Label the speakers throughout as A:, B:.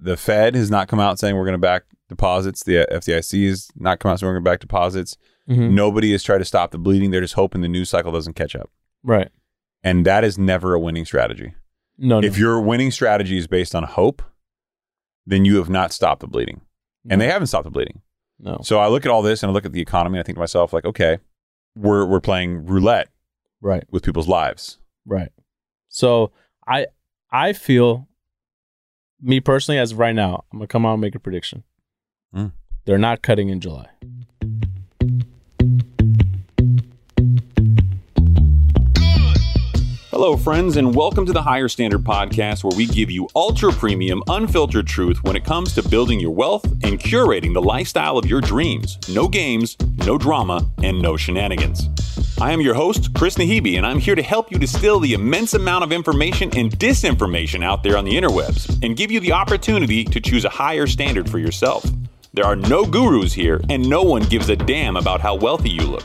A: the Fed has not come out saying we're going to back deposits. The uh, FDIC has not come out saying we're going to back deposits.
B: Mhm.
A: Nobody has tried to stop the bleeding. They're just hoping the news cycle doesn't catch up.
B: Right.
A: And that is never a winning strategy.
B: No, no.
A: If your winning strategy is based on hope, then you have not stopped the bleeding. And they haven't stopped the bleeding.
B: no.
A: So I look at all this and I look at the economy and I think to myself, like, okay, we're we're playing roulette
B: Right.
A: with people's lives.
B: Right. So I I feel me personally as of right now, I'm gonna come out and make a prediction.
A: Mm.
B: They're not cutting in July.
A: Hello, friends, and welcome to the Higher Standard Podcast, where we give you ultra premium, unfiltered truth when it comes to building your wealth and curating the lifestyle of your dreams. No games, no drama, and no shenanigans. I am your host, Chris Nahibi, and I'm here to help you distill the immense amount of information and disinformation out there on the interwebs and give you the opportunity to choose a higher standard for yourself. There are no gurus here, and no one gives a damn about how wealthy you look.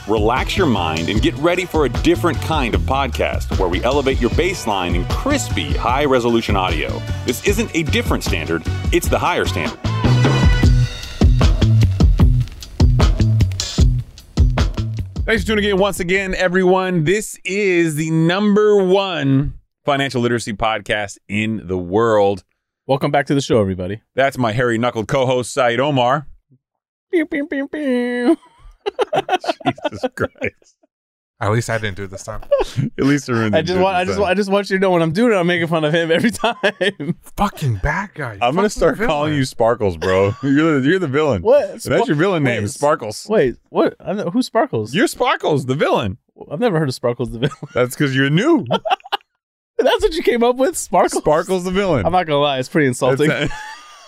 A: Relax your mind and get ready for a different kind of podcast where we elevate your baseline in crispy, high resolution audio. This isn't a different standard, it's the higher standard. Thanks for tuning in once again, everyone. This is the number one financial literacy podcast in the world.
B: Welcome back to the show, everybody.
A: That's my hairy knuckled co host, Saeed Omar.
B: Pew, pew, pew, pew.
A: Jesus Christ.
C: At least I didn't do it this time.
A: At least I ruined
B: I just want I just want, I just want you to know when I'm doing it, I'm making fun of him every time.
C: Fucking bad guy.
A: I'm gonna
C: Fucking
A: start
C: villain.
A: calling you Sparkles, bro. You're the, you're the villain.
B: what?
A: That's your villain
B: Wait,
A: name,
B: s-
A: Sparkles.
B: Wait, what? I know, who Sparkles?
A: You're Sparkles, the villain.
B: I've never heard of Sparkles the villain.
A: That's because you're new.
B: That's what you came up with, Sparkles.
A: Sparkles, the villain.
B: I'm not gonna lie, it's pretty insulting.
A: It's,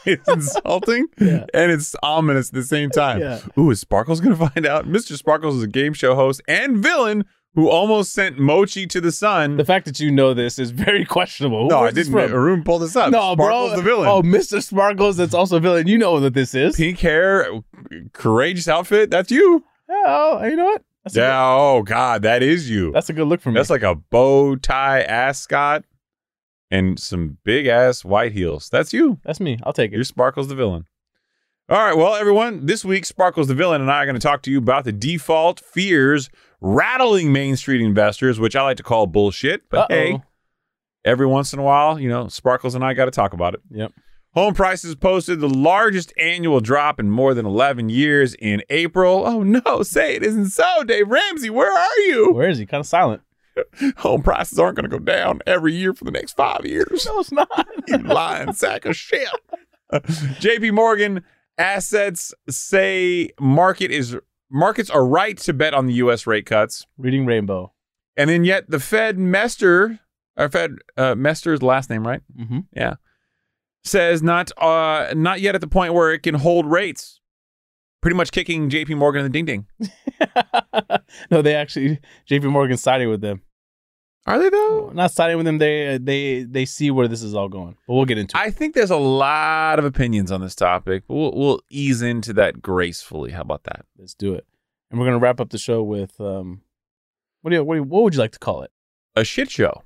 A: it's insulting
B: Yeah.
A: and it's ominous at the same time.
B: Yeah.
A: Ooh, is Sparkles gonna find out? Mr. Sparkles is a game show host and villain who almost sent Mochi to the sun.
B: The fact that you know this is very questionable.
A: no, I
B: Where's this
A: didn't.
B: from?
A: Arun pulled this up.
B: No,
A: Sparkles,
B: bro.
A: the villain.
B: Oh, Mr. Sparkles, that's also a villain. You know what this is.
A: Pink hair, courageous outfit. That's you.
B: Oh, you know what? That's A
A: yeah. Oh God, that is you.
B: good, that's a good look for me.
A: That's like a bow tie ascot and some big ass white heels. That's you.
B: That's me. I'll take
A: You're
B: it.
A: Sparkles the villain. All right, well, everyone, this week Sparkles the villain and I are going to talk to you about the default fears rattling Main Street investors, which I like to call bullshit. But
B: Uh-oh.
A: hey, every once in a while, you know, Sparkles and I got to talk about it.
B: Yep.
A: Home prices posted the largest annual drop in more than 11 years in April. Oh no, say it isn't so, Dave Ramsey. Where are you?
B: Where is he? Kind of silent.
A: home prices aren't going to go down every year for the next five years.
B: No, it's not.
A: You lying sack of shit. JP Morgan assets say market is markets are right to bet on the U.S. rate cuts,
B: Reading Rainbow.
A: and then yet the Fed Mester, or Fed uh, Mester's last name right
B: Mm-hmm.
A: says not uh not yet at the point where it can hold rates. Pretty much kicking JP Morgan in the ding ding.
B: no, they actually J.P. Morgan sided with them.
A: Are they though?
B: Not siding with them. They they they see where this is all going. But we'll get into it.
A: I think there's a lot of opinions on this topic, but we'll, we'll ease into that gracefully. How about that?
B: Let's do it. And we're gonna wrap up the show with um, what do you, what, do you, what would you like to call it?
A: a shit show.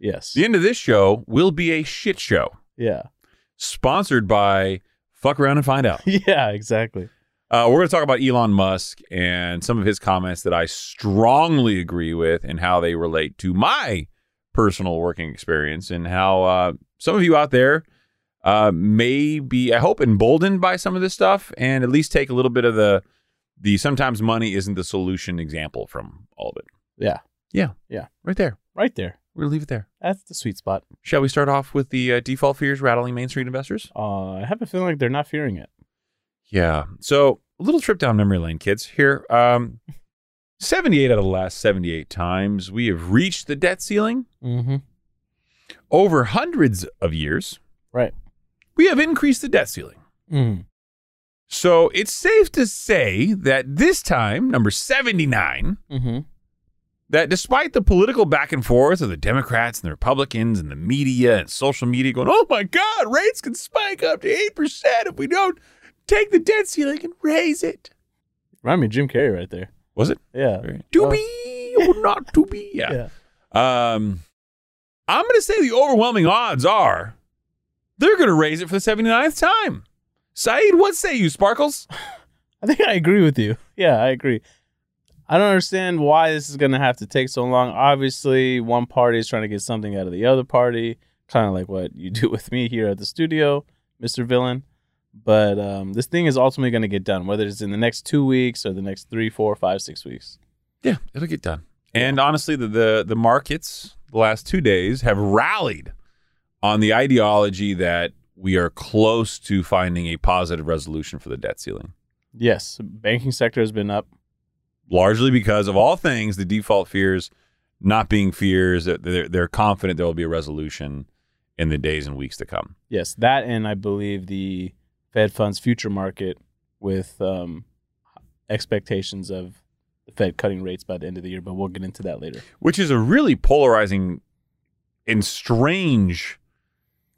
B: Yes.
A: The end of this show will be a shit show
B: Yeah.
A: sponsored by Fuck Around and Find Out.
B: Yeah. Exactly.
A: Uh, we're going to talk about Elon Musk and some of his comments that I strongly agree with and how they relate to my personal working experience and how uh, some of you out there uh, may be, I hope, emboldened by some of this stuff and at least take a little bit of the the sometimes money isn't the solution example from all of it.
B: Yeah.
A: Yeah.
B: Yeah.
A: Right there.
B: Right there.
A: We're going to leave it there.
B: That's the sweet spot.
A: Shall we start off with the uh, default fears rattling Main Street investors?
B: Uh, I have a feeling like they're not fearing it.
A: Yeah. So a little trip down memory lane, kids. Here, um, 78 out of the last 78 times we have reached the debt ceiling
B: Mm-hmm.
A: over hundreds of years.
B: Right.
A: We have increased the debt ceiling.
B: Mm.
D: So
A: It's safe to say that this time, number 79,
B: Mm-hmm.
A: that despite the political back and forth of the Democrats and the Republicans and the media and social media going, oh my God, rates can spike up to 8% if we don't take the debt ceiling and raise it.
B: Remind me of Jim Carrey right there.
A: Was it?
B: Yeah.
A: To be or not to be. Yeah.
B: Yeah.
A: Um, I'm going to say the overwhelming odds are they're going to raise it for the 79th time. Saeed, what say you, Sparkles?
B: I think I agree with you. Yeah, I agree. I don't understand why this is going to have to take so long. Obviously, one party is trying to get something out of the other party, kind of like what you do with me here at the studio, Mr. Villain. But um, this thing is ultimately going to get done, whether it's in the next two weeks or the next three, four, five, six weeks.
A: Yeah, it'll get done. And honestly, the, the the markets the last two days have rallied on the ideology that we are close to finding a positive resolution for the debt ceiling,
B: Yes, banking sector has been up.
A: largely because of all things the default fears not being fears. that They're, they're confident there will be a resolution in the days and weeks to come.
B: Yes, that and I believe the Fed funds future market with um, expectations of the Fed cutting rates by the end of the year. But we'll get into that later.
A: which is a really polarizing and strange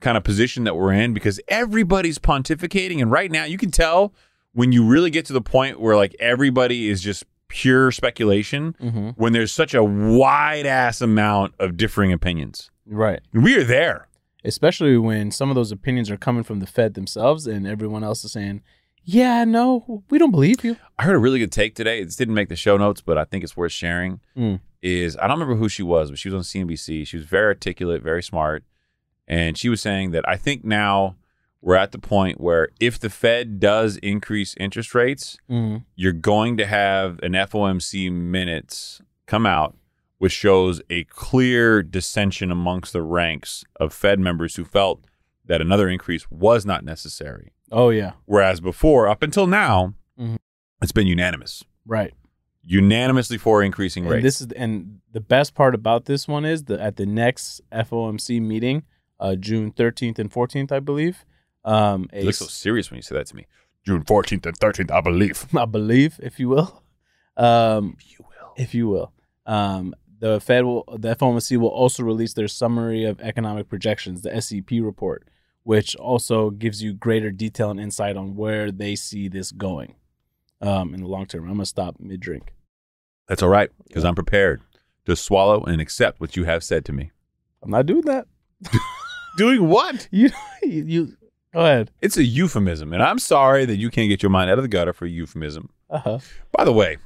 A: kind of position that we're in because everybody's pontificating and right now you can tell when you really get to the point where like everybody is just pure speculation
B: Mm-hmm.
A: when there's such a wide ass amount of differing opinions
B: Right.
A: we are there
B: Especially when some of those opinions are coming from the Fed themselves and everyone else is saying, yeah, no, we don't believe you.
A: I heard a really good take today. It didn't make the show notes, but I think it's worth sharing.
B: Mm.
A: Is I don't remember who she was, but she was on CNBC. She was very articulate, very smart, and she was saying that I think now we're at the point where if the Fed does increase interest rates,
B: Mm.
A: you're going to have an FOMC minutes come out, which shows a clear dissension amongst the ranks of Fed members who felt that another increase was not necessary.
B: Oh, yeah.
A: Whereas before, up until now,
B: Mhm.
A: it's been unanimous
B: Right.
A: unanimously for increasing rates.
B: And this is and the best part about this one is that at the next FOMC meeting, uh, June 13th and 14th, I believe. Um, a
A: you look so serious when you say that to me. June 14th and 13th, I believe.
B: I believe, if you will, um,
A: You will.
B: if you will, um, the Fed will, the FOMC will also release their summary of economic projections, the SEP report, which also gives you greater detail and insight on where they see this going um, in the long term. I'm gonna stop mid drink.
A: That's all right, because I'm prepared to swallow and accept what you have said to me.
B: I'm not doing that.
A: Doing what?
B: You, you, you go ahead.
A: It's a euphemism, and I'm sorry that you can't get your mind out of the gutter for euphemism.
B: Uh-huh.
A: By the way,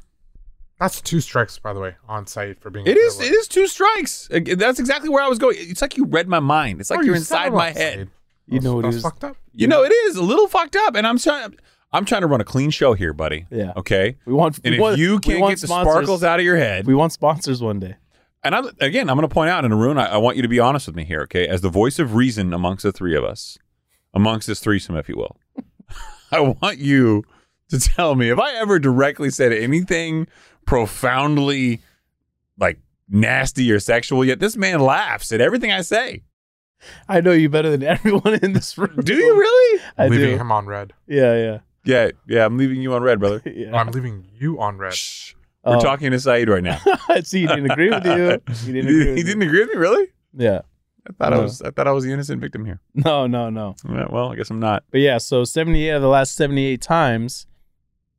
C: That's two strikes, by the way, on site for being.
A: it is it is two strikes. Ag- That's exactly where I was going. It's like you read my mind. It's like you're inside my head.
B: You know what it
C: that's
B: is.
C: fucked up.
A: You know, it is a little fucked up, and I'm trying. I'm trying to run a clean show here, buddy.
B: Yeah.
A: Okay.
B: We want.
A: And
B: we
A: if
B: want,
A: you
B: we
A: can't
B: want
A: get the
B: sponsors-
A: sparkles out of your head,
B: we want sponsors one day.
A: and I'm again, I'm going to point out, and Arun, I, I want you to be honest with me here, okay? As the voice of reason amongst the three of us, amongst this threesome, if you will, I want you to tell me if I ever directly said anything profoundly like nasty or sexual. Yet this man laughs at everything I say.
B: I know you better than everyone in this room.
A: Do you really?
B: I
C: leaving
B: do.
C: him on red.
B: Yeah, yeah,
A: Yeah, yeah. I'm leaving you on red, brother.
B: yeah.
C: I'm leaving you on red.
A: Shh. We're
B: Oh.
A: talking to Saeed right now.
B: See, he didn't agree with you. He didn't
A: He-
B: agree. With
A: he
B: you.
A: didn't agree with me, really?
B: Yeah.
A: I thought I
B: No.
A: was. I thought I was the innocent victim here.
B: No, no, no.
A: Yeah, Well, I guess I'm not.
B: But yeah, so 78 of the last 78 times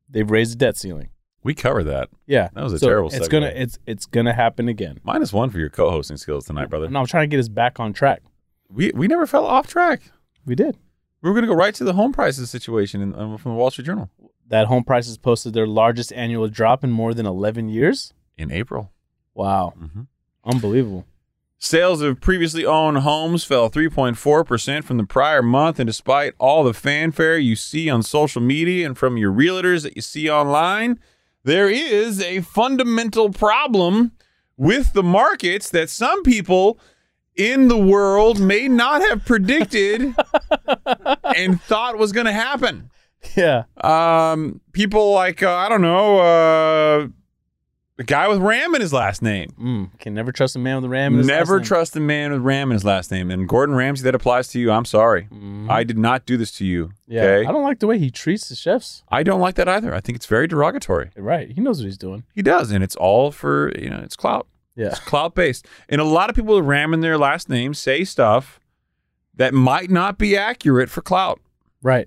B: they've raised the debt ceiling.
A: We covered that.
B: Yeah.
A: That was a
B: So
A: terrible
B: It's
A: segue.
B: going to it's it's going to happen again.
A: Minus one for your co-hosting skills tonight, brother.
B: And I'm trying to get us back on track.
A: We we never fell off track.
B: We did.
A: We were going to go right to the home prices situation in, um, from the Wall Street Journal
B: That home prices posted their largest annual drop in more than 11 years.
A: in April.
B: Wow.
A: Mhm.
B: Unbelievable.
A: Sales of previously owned homes fell 3.4% from the prior month, and despite all the fanfare you see on social media and from your realtors that you see online, there is a fundamental problem with the markets that some people in the world may not have predicted and thought was going to happen.
B: Yeah.
A: Um, people like uh, I don't know, uh, The guy with Ram in his last name.
B: Mm, can never trust a man with a ram. In his
A: Never
B: last name.
A: trust a man with Ram in his last name. And Gordon Ramsay, that applies to you. I'm sorry.
B: Mhm.
A: I did not do this to you.
B: Yeah,
A: okay?
B: I don't like the way he treats the chefs.
A: I don't like that either. I think it's very derogatory.
B: Right, he knows what he's doing.
A: He does, and it's all for you know, it's clout.
B: Yeah,
A: It's clout based. And a lot of people that ram in their last name say stuff that might not be accurate for clout.
B: right.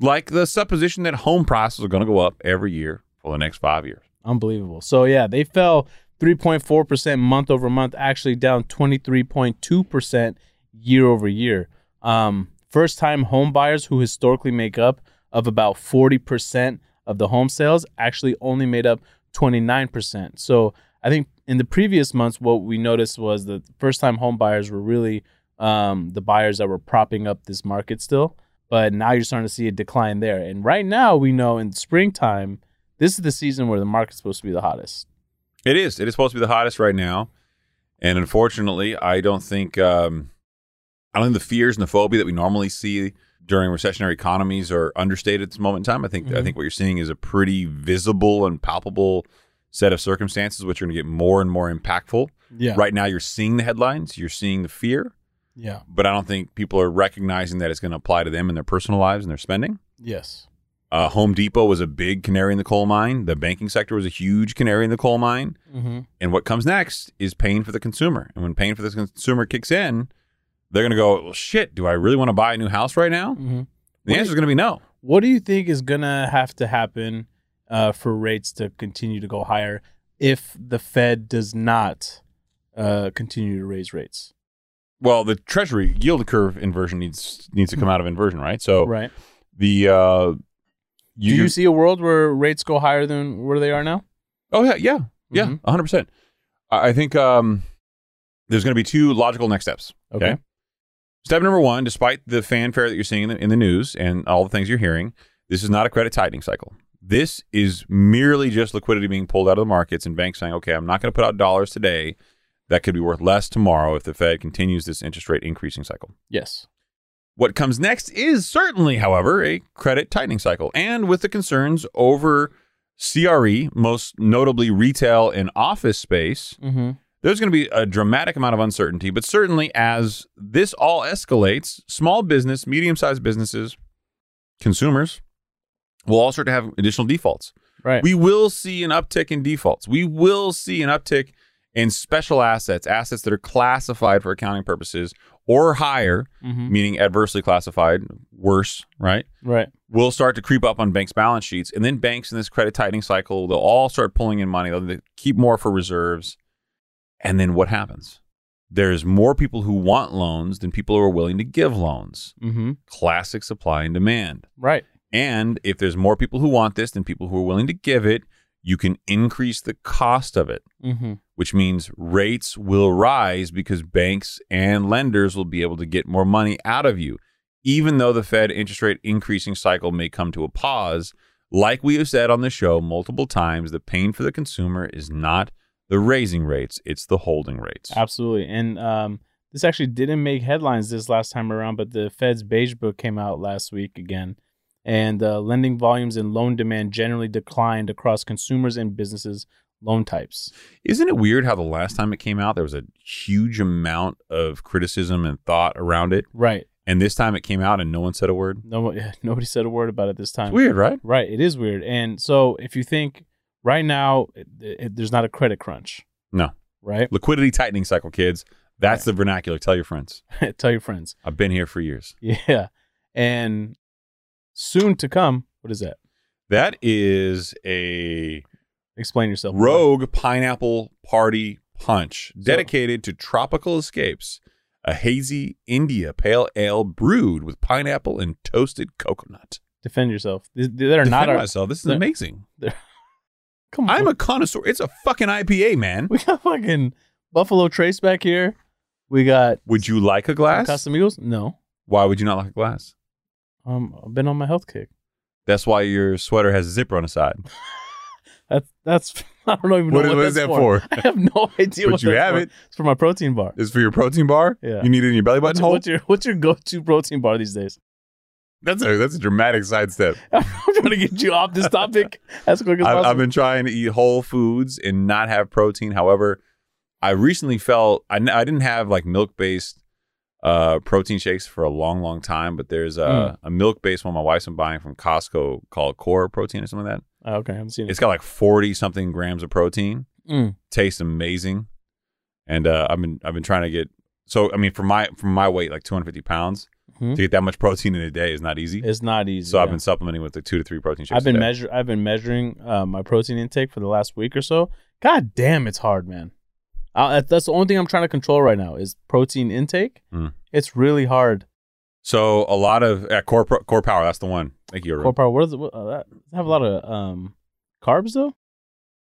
A: Like the supposition that home prices are gonna go up every year for the next five years.
B: Unbelievable. So yeah, they fell 3.4% month over month, actually down 23.2% year over year. Um, first time home buyers who historically make up of about 40% of the home sales actually only made up 29%. So I think in the previous months, what we noticed was that first time home buyers were really um, the buyers that were propping up this market still. But now you're starting to see a decline there. And right now, we know in springtime, this is the season where the market's supposed to be the hottest.
A: It is. It is supposed to be the hottest right now, and unfortunately, I don't think um, I don't think the fears and the phobia that we normally see during recessionary economies are understated at this moment in time. I think I
B: Mhm.
A: think what you're seeing is a pretty visible and palpable set of circumstances which are going to get more and more impactful.
B: Yeah.
A: Right now, you're seeing the headlines, you're seeing the fear,
B: Yeah.
A: but I don't think people are recognizing that it's going to apply to them in their personal lives and their spending.
B: Yes.
A: Uh, Home Depot was a big canary in the coal mine. The banking sector was a huge canary in the coal mine.
B: Mm-hmm.
A: And what comes next is pain for the consumer. And when pain for the consumer kicks in, they're going to go, well, shit, do I really want to buy a new house right now?
B: Mm-hmm.
A: The answer is going to be no.
B: What do you think is gonna have to happen uh, for rates to continue to go higher if the Fed does not uh, continue to raise rates?
A: Well, the treasury yield curve inversion needs needs to come out of inversion, right? So
B: Right.
A: the uh
B: Do you see a world where rates go higher than where they are now?
A: Oh yeah, yeah. Yeah,
B: Mhm.
A: 100%. I I think um there's going to be two logical next steps. Okay. Step number one, despite the fanfare that you're seeing in the, in the news and all the things you're hearing, this is not a credit tightening cycle. This is merely just liquidity being pulled out of the markets and banks saying, okay, I'm not going to put out dollars today that could be worth less tomorrow if the Fed continues this interest rate increasing cycle.
B: Yes.
A: What comes next is certainly, however, a credit tightening cycle. And with the concerns over CRE, most notably retail and office space,
B: Mm-hmm.
A: there's going to be a dramatic amount of uncertainty, but certainly as this all escalates, small business, medium sized businesses, consumers will all start to have additional defaults.
B: Right.
A: We will see an uptick in defaults. We will see an uptick in special assets, assets that are classified for accounting purposes or higher,
B: mm-hmm.
A: meaning adversely classified, worse, right?
B: Right.
A: will start to creep up on banks' balance sheets. And then banks in this credit tightening cycle, they'll all start pulling in money. They'll they'll keep more for reserves. And then what happens? There's more people who want loans than people who are willing to give loans.
B: Mm-hmm.
A: Classic supply and demand.
B: Right.
A: And if there's more people who want this than people who are willing to give it, you can increase the cost of it,
B: Mm-hmm.
A: which means rates will rise because banks and lenders will be able to get more money out of you. Even though the Fed interest rate increasing cycle may come to a pause, like we have said on the show multiple times, the pain for the consumer is not the raising rates, it's the holding rates.
B: Absolutely. And um, this actually didn't make headlines this last time around, but the Fed's beige book came out last week again. And uh, lending volumes and loan demand generally declined across consumers and businesses loan types.
A: Isn't it weird how the last time it came out, there was a huge amount of criticism and thought around it?
B: Right.
A: And this time it came out and no one said a word.
B: No, nobody said a word about it this
A: It's
B: time.
A: weird, right?
B: Right. It is weird. And so if you think right now, it, it, there's not a credit crunch.
A: No.
B: Right.
A: Liquidity tightening cycle, kids. That's the vernacular. Tell your friends.
B: Tell your friends.
A: I've been here for years.
B: Yeah. And soon to come, what is that?
A: That is a
B: Explain yourself.
A: rogue pineapple party punch dedicated to tropical escapes. A hazy India pale ale brewed with pineapple and toasted coconut.
B: Defend yourself. Th- They're not
A: Defend
B: our.
A: myself. This is
B: they're-
A: amazing.
B: Come on.
A: I'm a connoisseur. It's a fucking IPA, man.
B: We got fucking Buffalo Trace back here. We got
A: Would you like a glass?
B: Casamigos. No,
A: Why would you not like a glass?
B: um, I've been on my health kick.
A: That's why your sweater has a zipper on the side.
B: That's that's. I don't even know
A: What
B: what,
A: is- what is
B: that's
A: that for?
B: I have no idea.
A: But
B: what
A: you
B: that's
A: have
B: for.
A: it.
B: It's for my protein bar.
A: It's for your protein bar.
B: Yeah.
A: You need it in your belly button
B: What's,
A: hole.
B: what's your what's your go to protein bar these days?
A: That's a that's a dramatic sidestep.
B: I'm trying to get you off this topic as quick as
A: I've, I've
B: possible.
A: been trying to eat whole foods and not have protein. However, I recently felt I, n- I didn't have like milk based uh, protein shakes for a long, long time. But there's a,
B: Mm.
A: a milk based one my wife's been buying from Costco called Core Protein or something like that.
B: Oh, okay, I haven't seen it.
A: It's got like forty something grams of protein.
B: Mm.
A: Tastes amazing, and uh, I've been I've been trying to get. So I mean, for my for my weight, like 250 pounds,
B: Mhm.
A: to get that much protein in a day is not easy.
B: It's not easy.
A: so I've
B: yeah.
A: been supplementing with the two to three protein shakes.
B: I've
A: a
B: been
A: day.
B: measure I've been measuring uh, my protein intake for the last week or so. God damn, it's hard, man. I, that- that's the only thing I'm trying to control right now is protein intake.
A: Mm.
B: It's really hard.
A: So a lot of at core Pro- core power. That's the one. Thank you. Arun.
B: Core power. What is it? What, uh, that, does it have a lot of um, carbs though.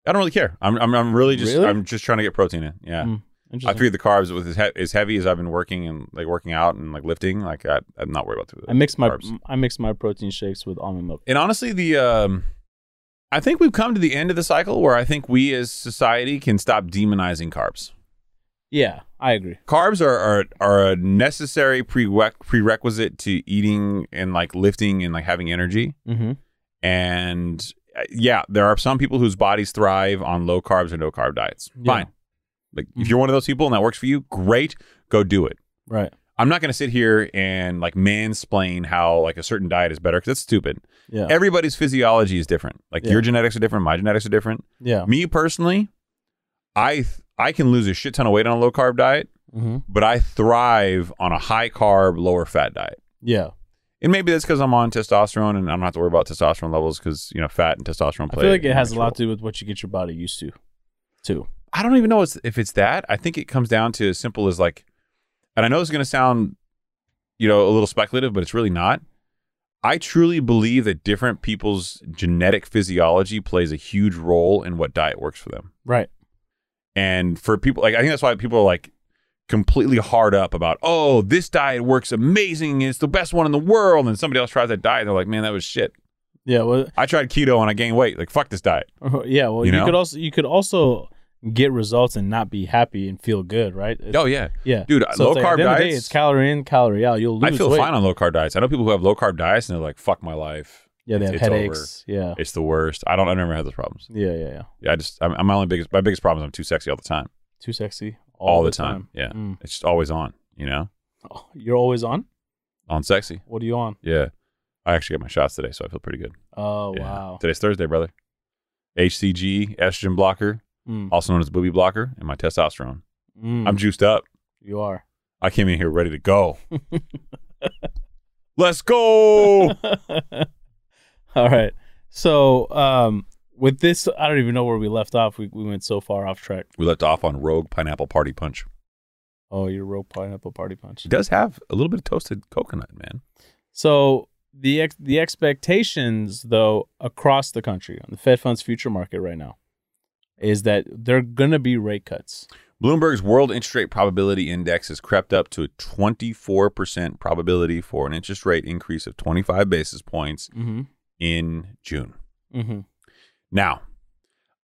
A: I don't really care. I'm I'm, I'm really just
B: Really?
A: I'm just trying to get protein in. Yeah.
B: Mm,
A: I
B: Interesting.
A: figured the carbs with as, he- as heavy as I've been working and like working out and like lifting, like I, I'm not worried about the.
B: I mix my
A: carbs.
B: I mix my protein shakes with almond milk.
A: And honestly, the um, I think we've come to the end of the cycle where I think we as society can stop demonizing carbs.
B: Yeah, I agree.
A: Carbs are are, are a necessary prereq- prerequisite to eating and like lifting and like having energy.
B: Mm-hmm.
A: And uh, yeah, there are some people whose bodies thrive on low carbs or no carb diets.
B: Yeah. Mm-hmm.
A: Fine. Like if you're one of those people and that works for you, great, go do it.
B: Right.
A: I'm not going to sit here and like mansplain how like a certain diet is better because that's stupid.
B: Yeah.
A: Everybody's physiology is different. Like
B: Yeah.
A: your genetics are different, my genetics are different.
B: yeah.
A: Me personally, I th- I can lose a shit ton of weight on a low carb diet,
B: Mm-hmm.
A: but I thrive on a high carb, lower fat diet.
B: Yeah.
A: And maybe that's because I'm on testosterone and I don't have to worry about testosterone levels because, you know, fat and testosterone
B: I
A: play.
B: feel like it
A: a
B: has a
A: huge
B: lot
A: role.
B: to do with what you get your body used to, too.
A: I don't even know it's- if it's that. I think it comes down to as simple as like, and I know it's going to sound, you know, a little speculative, but it's really not. I truly believe that different people's genetic physiology plays a huge role in what diet works for them.
B: Right.
A: And for people, like, I think that's why people are like completely hard up about, oh, this diet works amazing. It's the best one in the world. And somebody else tries that diet and they're like, man, that was shit.
B: Yeah. Well.
A: I tried keto and I gained weight. Like, fuck this diet.
B: Yeah. Well,
A: You
B: you,
A: know?
B: could also you could also get results and not be happy and feel good, right? It's-
A: Oh, yeah.
B: Yeah,
A: Dude,
B: So it's
A: low
B: like, at
A: carb
B: the end of the
A: diets-
B: day, it's calorie in, calorie out. You'll
A: I
B: lose
A: feel
B: weight.
A: fine on low carb diets. I know people who have low carb diets and they're like, fuck my life.
B: yeah, they
A: It's- it's
B: have
A: over.
B: headaches. Yeah,
A: It's the worst. I don't, I never had those problems.
B: yeah, yeah, yeah.
A: Yeah, I just, I'm, I'm my only biggest, my biggest problem is I'm too sexy all the time.
B: Too sexy all,
A: All, the, time. Yeah.
B: Mm.
A: It's just always on, you know,
B: Oh, you're always on.
A: on sexy.
B: What are you on?
A: Yeah. I actually got my shots today, so I feel pretty good.
B: Oh
A: Yeah.
B: wow.
A: Today's Thursday, brother. HCG, estrogen blocker,
B: Mm,
A: also known as booby blocker, and my testosterone.
B: mm,
A: I'm juiced up.
B: you are.
A: I came in here ready to go. Let's go.
B: all right. So um, with this, I don't even know where we left off. We we went so far off track.
A: We left off on Rogue Pineapple Party Punch.
B: Oh, your rope pineapple party punch.
A: It does have a little bit of toasted coconut, man.
B: So the ex- the expectations though across the country on the Fed funds future market right now is that they're going to be rate cuts.
A: Bloomberg's World Interest Rate Probability Index has crept up to a 24% probability for an interest rate increase of 25 basis points
B: Mm-hmm.
A: in June.
B: Mm-hmm.
A: Now,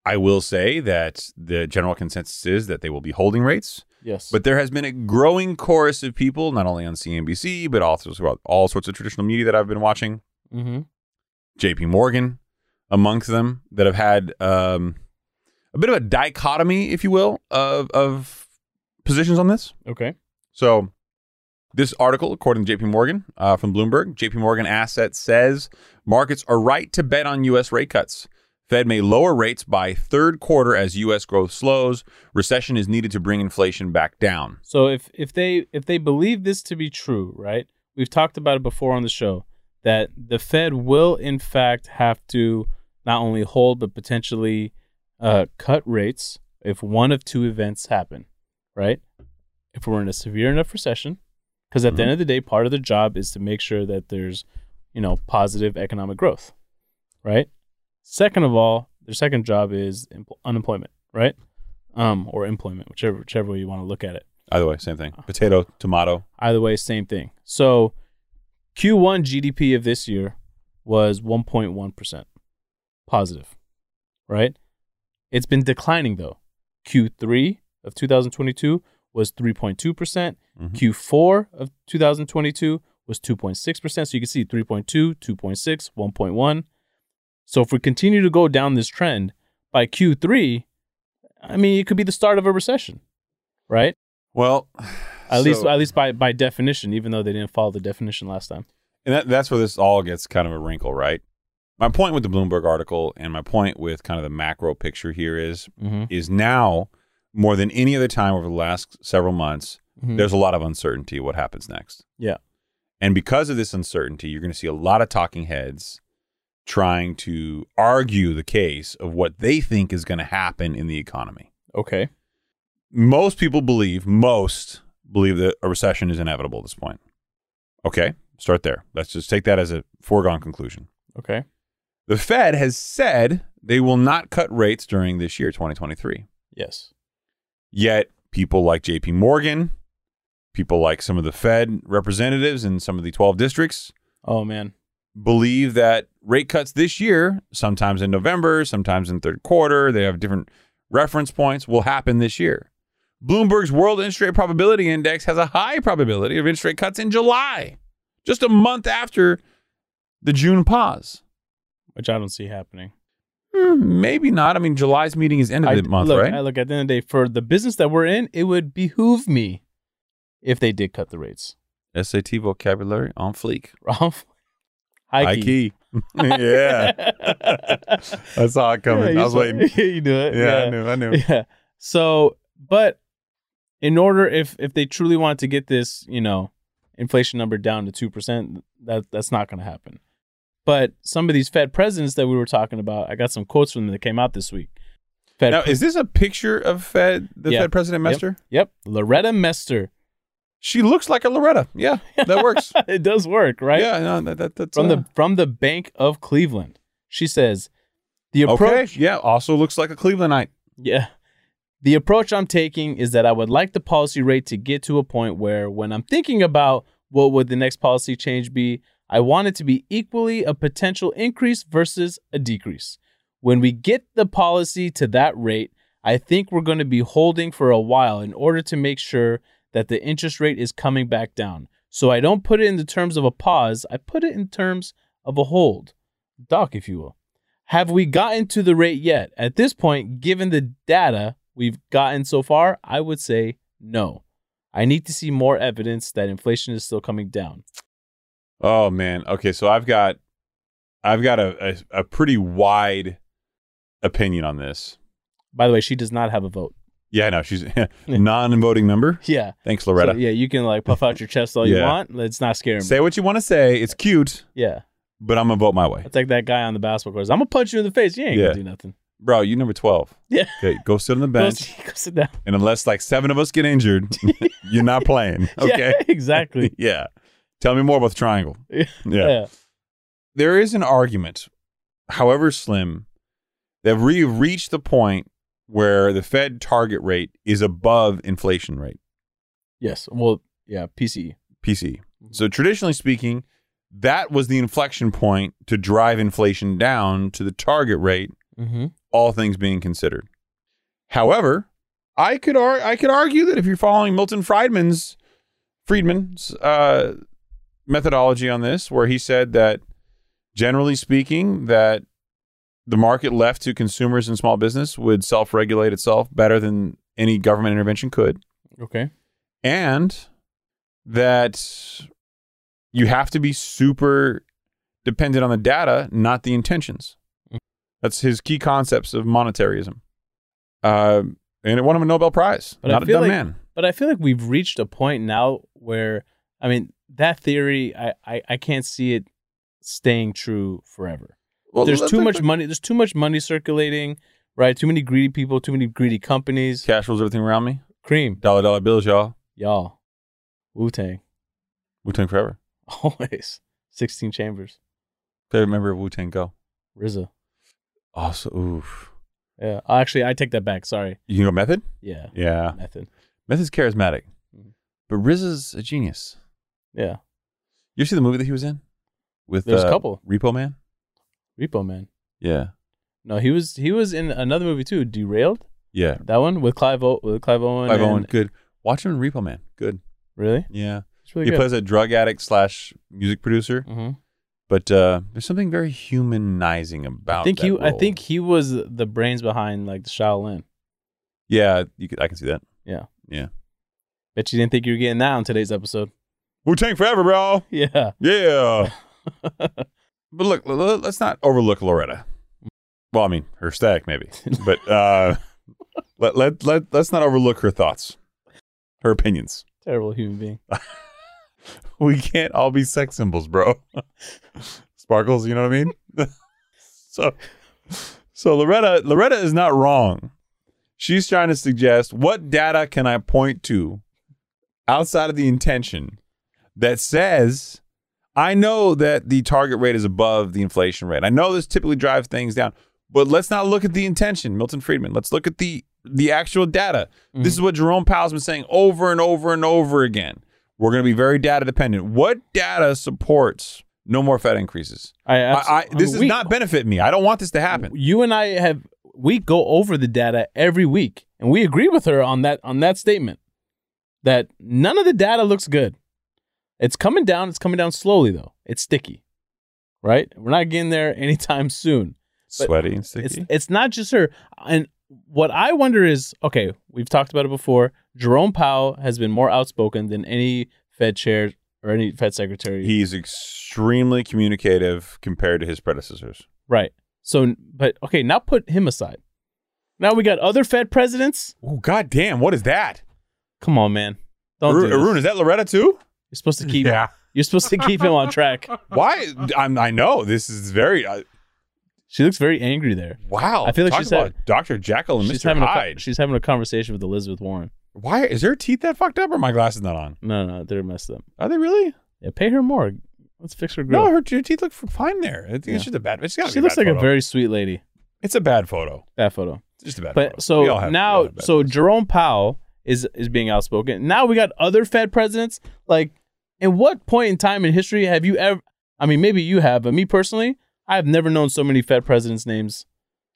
A: I will say that the general consensus is that they will be holding rates,
B: Yes.
A: but there has been a growing chorus of people, not only on CNBC, but also throughout all sorts of traditional media that I've been watching,
B: mm-hmm.
A: JP Morgan amongst them that have had um, a bit of a dichotomy, if you will, of, of positions on this.
B: okay.
A: So, this article, according to JP Morgan uh, from Bloomberg, JP Morgan Asset says markets are right to bet on U.S. rate cuts. Fed may lower rates by third quarter as U.S. growth slows. Recession is needed to bring inflation back down.
B: So if if they if they believe this to be true, right? We've talked about it before on the show that the Fed will in fact have to not only hold but potentially uh, cut rates if one of two events happen, right? If we're in a severe enough recession, because at the end of the day, part of the job is to make sure that there's, you know, positive economic growth, right? Second of all, their second job is empl- unemployment, right? Um, or employment, whichever whichever way you want to look at it.
A: Either way, same
B: Oh.
A: thing. Potato, tomato.
B: Either way, same thing. So Q1 GDP of this year was 1.1% positive, right? It's been declining though. Q3 of 2022 was 3.2%.
A: Mhm.
B: Q4 of 2022 was 2.6%. So you can see 3.2, 2.6, 1.1. So if we continue to go down this trend by Q3, I mean, it could be the start of a recession, right?
A: Well,
B: At least,
A: so-
B: at least by, by definition, even though they didn't follow the definition last time.
A: and that, that's where this all gets kind of a wrinkle, right? My point with the Bloomberg article and my point with kind of the macro picture here is
B: Mm-hmm.
A: is now more than any other time over the last several months,
B: Hmm.
A: there's a lot of uncertainty what happens next.
B: Yeah.
A: And because of this uncertainty, you're going to see a lot of talking heads trying to argue the case of what they think is going to happen in the economy.
B: Okay.
A: Most people believe, most believe that a recession is inevitable at this point. Okay, start there. Let's just take that as a foregone conclusion.
B: Okay.
A: The Fed has said they will not cut rates during this year, 2023.
B: Yes.
A: Yet people like JP Morgan, people like some of the Fed representatives in some of the 12 districts
B: Oh, man.
A: believe that rate cuts this year, sometimes in November, sometimes in third quarter, they have different reference points, will happen this year. Bloomberg's World Interest Rate Probability Index has a high probability of interest rate cuts in July, just a month after the June pause.
B: Which I don't see happening.
A: Hmm, maybe not. I mean, July's meeting is end of
B: I-
A: the month,
B: look,
A: right?
B: I- look, at the end of the day, for the business that we're in, it would behoove me if they did cut the rates.
A: SAT vocabulary on fleek.
B: Ralph, high key.
A: yeah, I saw it coming.
B: you
A: I was
B: saw-
A: waiting.
B: Yeah, you knew it.
A: Yeah, I knew. I knew.
B: yeah. So, but in order, if if they truly want to get this, you know, inflation number down to two percent, that that's not going to happen. But some of these Fed presidents that we were talking about, I got some quotes from them that came out this week. Fed,
A: Now, is this a picture of Fed the
B: Yeah.
A: Fed President
B: Yep.
A: Mester?
B: yep, Loretta Mester.
A: She looks like a Loretta. Yeah, that works.
B: it does work, right?
A: Yeah, no, that, that that's
B: From
A: uh,
B: the from the Bank of Cleveland, she says, the
A: okay.
B: approach.
A: Yeah, also looks like a Clevelandite.
B: Yeah. The approach I'm taking is that I would like the policy rate to get to a point where when I'm thinking about what would the next policy change be, I want it to be equally a potential increase versus a decrease. When we get the policy to that rate, I think we're going to be holding for a while in order to make sure that the interest rate is coming back down. So I don't put it in the terms of a pause, I put it in terms of a hold. Doc, if you will. Have we gotten to the rate yet? At this point, given the data we've gotten so far, I would say no. I need to see more evidence that inflation is still coming down.
A: Oh man. Okay, so I've got I've got a, a, a pretty wide opinion on this.
B: By the way, she does not have a vote.
A: Yeah, I know. She's a non-voting member.
B: Yeah.
A: Thanks,
B: So,
A: Loretta.
B: yeah, you can like puff out your chest all you
A: Yeah.
B: want. Let's not scare him.
A: Say what you want to say. It's cute,
B: yeah.
A: but I'm gonna vote my way.
B: It's like that guy on the basketball court. I'm gonna punch you in the face. You ain't
A: Yeah.
B: gonna do nothing.
A: Bro, you number 12.
B: Yeah.
A: Okay, go sit on the
B: Go,
A: bench.
B: sit- go sit down.
A: and unless like seven of us get injured, you're not playing.
B: Yeah,
A: Okay.
B: exactly.
A: yeah. Tell me more about the triangle.
B: Yeah.
A: yeah. There is an argument, however slim, that we've reached the point where the Fed target rate is above inflation rate,
B: Yes. Well, yeah, E. PCE.
A: PCE.
B: Mm-hmm.
A: So traditionally speaking, that was the inflection point to drive inflation down to the target rate
B: Mm-hmm.
A: all things being considered. However, I could ar- I could argue that if you're following Milton Friedman's Friedman's uh, methodology on this, where he said that generally speaking, that the market left to consumers and small business would self-regulate itself better than any government intervention could,
B: Okay.
A: and that you have to be super dependent on the data, not the intentions. That's his key concepts of monetarism. Uh, and it won him a Nobel Prize.
B: But I
A: not a
B: feel
A: dumb
B: like-
A: man.
B: But I feel like we've reached a point now where I mean that theory I I, I can't see it staying true forever.
A: Well,
B: there's
A: let's
B: too
A: look
B: much
A: at-
B: money. There's too much money circulating, right? Too many greedy people. Too many greedy companies.
A: Cash rules everything around me.
B: Cream,
A: Dollar dollar bills, y'all.
B: y'all, Wu Tang,
A: Wu Tang forever.
B: always. Sixteen Chambers,
A: Favorite member of Wu Tang Go.
B: RZA.
A: Also, oof.
B: Yeah. oh, Actually, I take that back. Sorry.
A: You can go Method.
B: Yeah.
A: Yeah,
B: Method.
A: Method's charismatic,
B: Mhm.
A: but Riz's a genius.
B: Yeah.
A: You ever see the movie that he was in with
B: There's a
A: uh,
B: couple.
A: Repo Man?
B: Repo Man.
A: Yeah,
B: No, he was he was in another movie too. Derailed.
A: yeah.
B: That one with Clive o- with Clive Owen.
A: Clive
B: and-
A: Owen, good. Watch him in Repo Man. Good.
B: Really?
A: Yeah.
B: It's really
A: he
B: good.
A: plays a drug addict slash music producer,
B: Mhm.
A: but uh, there's something very humanizing about.
B: I think
A: that
B: he. I
A: role.
B: think he was the brains behind like the Shaolin.
A: Yeah, you could, I can see that.
B: Bet you didn't think you were getting that on today's episode.
A: Wu Tang forever, bro.
B: Yeah.
A: Yeah. but look, l- l- let's not overlook Loretta. Well, I mean, her stack maybe, but uh, let let let let's not overlook her thoughts, her opinions.
B: Terrible human being.
A: We can't all be sex symbols, bro. Sparkles, you know what I mean? so so Loretta Loretta is not wrong. She's trying to suggest what data can I point to outside of the intention that says I know that the target rate is above the inflation rate. I know this typically drives things down, but let's not look at the intention, Milton Friedman. Let's look at the the actual data. This is what Jerome Powell's been saying over and over and over again. We're going to be very data dependent. What data supports no more Fed increases?
B: I, abs-
A: I, I, this
B: mean,
A: does
B: we-
A: not benefit me. I don't want this to happen.
B: You and I have we go over the data every week, and we agree with her on that on that statement that none of the data looks good. It's coming down. It's coming down slowly though. It's sticky, right? We're not getting there anytime soon. but
A: Sweaty and
B: It's
A: sticky.
B: it's not just her. And what I wonder is, okay, we've talked about it before. Jerome Powell has been more outspoken than any Fed chair or any Fed secretary.
A: He's extremely communicative compared to his predecessors.
B: right. So, but okay, now put him aside. Now we got other Fed presidents.
A: Oh, God damn. What is that?
B: Come on, man. Don't do
A: Arun,
B: this.
A: Arun, is that Loretta too?
B: You're supposed to keep.
C: Yeah.
B: You're supposed to keep him on track.
A: Why? I'm, I know this is very uh,
B: She looks very angry there.
A: wow.
B: I feel like
A: Talk
B: she's
A: about Dr. Jekyll and
B: she's
A: Mr.
B: having a co-
A: Oh, Hyde.
B: she's having a conversation with Elizabeth Warren.
A: Why is her teeth that fucked up? Or are my glasses not on?
B: No, no, they're messed up.
A: Are they really?
B: Yeah, pay her more. Let's fix her grill.
A: No, her, her teeth look fine there. I think
B: Yeah.
A: It's just a bad. It's got.
B: she looks like a very sweet lady.
A: It's a bad photo.
B: That photo.
A: It's Just a bad. photo.
B: But
A: We
B: so
A: all have- we all
B: now,
A: have bad
B: so
A: photos.
B: Jerome Powell is is being outspoken. Now we got other Fed presidents. Like, in what point in time in history have you ever? I mean, maybe you have, but me personally, I have never known so many Fed presidents' names.